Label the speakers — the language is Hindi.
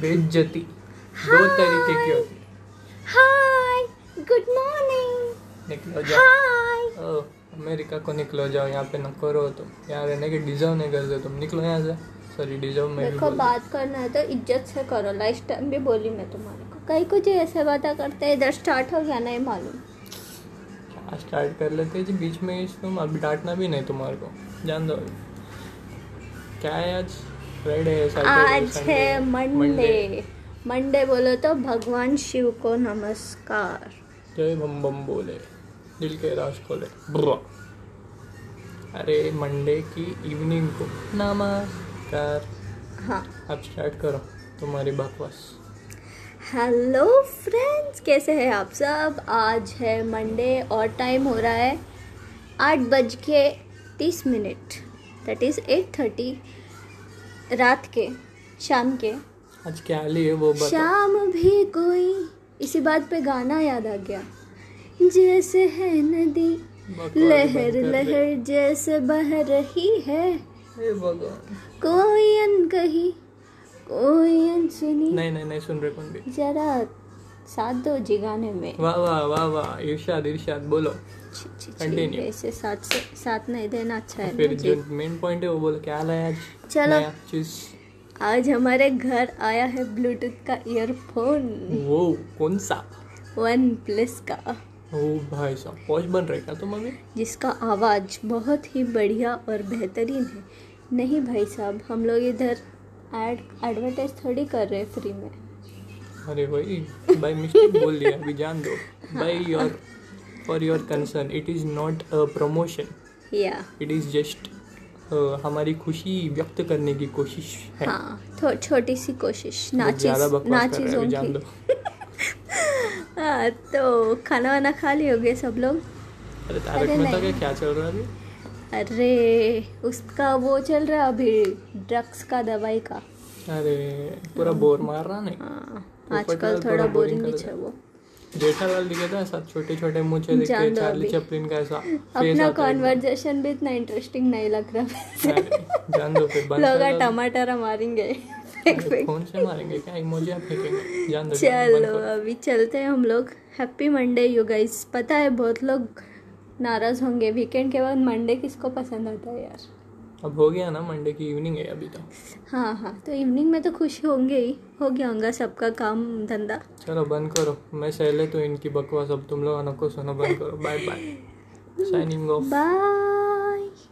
Speaker 1: बेइज्जती दो
Speaker 2: हाय।
Speaker 1: तरीके की होती है
Speaker 2: हाय गुड मॉर्निंग
Speaker 1: निकलो जाओ
Speaker 2: हाय
Speaker 1: ओ, अमेरिका को निकलो जाओ यहाँ पे न करो तुम यहाँ रहने के डिजर्व नहीं करते तुम निकलो यहाँ से सॉरी डिजर्व में भी
Speaker 2: देखो
Speaker 1: बोला।
Speaker 2: बात करना है तो इज्जत से करो लास्ट टाइम भी बोली मैं तुम्हारे को कई कुछ ऐसे बातें करते हैं इधर स्टार्ट हो गया नहीं मालूम
Speaker 1: क्या स्टार्ट कर लेते जी बीच में ही तुम अभी डांटना भी नहीं तुम्हारे को जान दो क्या है आज फ्राइडे है Saturday
Speaker 2: आज
Speaker 1: Sunday
Speaker 2: है मंडे मंडे बोलो तो भगवान शिव को नमस्कार
Speaker 1: जय बम बम बोले दिल के राज खोले बुरा अरे मंडे की इवनिंग को नमस्कार
Speaker 2: हाँ
Speaker 1: आप स्टार्ट करो तुम्हारी बकवास
Speaker 2: हेलो फ्रेंड्स कैसे हैं आप सब आज है मंडे और टाइम हो रहा है आठ बज के तीस मिनट दैट इज़ एट थर्टी रात के शाम के
Speaker 1: आज क्या लिए वो बताओ
Speaker 2: शाम भी कोई इसी बात पे गाना याद आ गया जैसे है नदी
Speaker 1: बकवास बंद
Speaker 2: लहर
Speaker 1: कर दे।
Speaker 2: लहर जैसे बह रही है
Speaker 1: हे भगवान
Speaker 2: कोई अनकही कोई अनसुनी
Speaker 1: नहीं नहीं नहीं सुन रहे कौन भी
Speaker 2: जरा साथ दो जी गाने में
Speaker 1: वाह वाह वाह वाह इरशाद इरशाद बोलो
Speaker 2: छी, छी, छी,
Speaker 1: Continue.
Speaker 2: वैसे साथ से साथ नहीं देना अच्छा है
Speaker 1: फिर
Speaker 2: ना
Speaker 1: जो
Speaker 2: जी।
Speaker 1: मेन पॉइंट है वो बोलो क्या लाया आज
Speaker 2: चलो।
Speaker 1: नया चीज
Speaker 2: आज हमारे घर आया है ब्लूटूथ का ईयरफोन
Speaker 1: वो कौन सा
Speaker 2: वन प्लस का
Speaker 1: ओ भाई साहब पॉच बन रहे क्या तुम अभी
Speaker 2: जिसका आवाज़ बहुत ही बढ़िया और बेहतरीन है नहीं भाई साहब हम लोग इधर एड एडवर्टाइज थोड़ी कर रहे हैं फ्री में
Speaker 1: अरे भाई बाई मिस्टेक बोल दिया अभी जान दो
Speaker 2: हाँ।
Speaker 1: By your for your concern it is not a promotion
Speaker 2: या
Speaker 1: इट इज़ जस्ट uh, हमारी खुशी व्यक्त करने की कोशिश है
Speaker 2: हाँ थो, छोटी सी कोशिश
Speaker 1: बहुत ज्यादा
Speaker 2: नाचीज
Speaker 1: बकवास कर रहे हैं,
Speaker 2: नाचीजों
Speaker 1: अभी जान दो
Speaker 2: की हाँ तो खाना वाना खा लिए होगे सब लोग
Speaker 1: अरे तारक
Speaker 2: अरे
Speaker 1: मेहता का
Speaker 2: नहीं।
Speaker 1: क्या चल रहा है अभी
Speaker 2: अरे उसका वो चल रहा है अभी ड्रग्स का दवाई का
Speaker 1: अरे पूरा बोर मार रहा नहीं
Speaker 2: हाँ
Speaker 1: पोपट लाल
Speaker 2: आजकल
Speaker 1: थोड़ा
Speaker 2: थोड़ा
Speaker 1: boring
Speaker 2: बोरिंग
Speaker 1: कर
Speaker 2: ही
Speaker 1: रहा
Speaker 2: है वो
Speaker 1: जेठालाल दिखे तो था सब छोटे छोटे मुँचे
Speaker 2: जान
Speaker 1: दिखे
Speaker 2: दो
Speaker 1: चार्ली
Speaker 2: अभी।
Speaker 1: चपलिन का ऐसा face
Speaker 2: अपना
Speaker 1: आता है एकदम।
Speaker 2: कॉन्वर्जेशन भी इतना इंटरेस्टिंग नहीं लग रहा
Speaker 1: अरे, जान दो फिर बंद
Speaker 2: लोग
Speaker 1: कर दो।
Speaker 2: टमाटर मारेंगे फेंक
Speaker 1: अरे,
Speaker 2: फेंक
Speaker 1: फोन से मारेंगे क्या इमोजी आप फेंकेंगे जान दो जान दो, बंद
Speaker 2: चलो
Speaker 1: करो।
Speaker 2: अभी चलते हैं हम लोग हैप्पी मंडे यू गाइस पता है बहुत लोग नाराज होंगे वीकेंड के बाद मंडे किसको पसंद आता है यार
Speaker 1: अब हो गया ना मंडे की इवनिंग है अभी तो
Speaker 2: हाँ हाँ तो इवनिंग में तो खुश होंगे ही हो गया होगा सबका काम धंधा
Speaker 1: चलो बंद करो मैं सहले तो इनकी बकवास अब तुम लोग को सुनो बंद करो bye bye signing off
Speaker 2: bye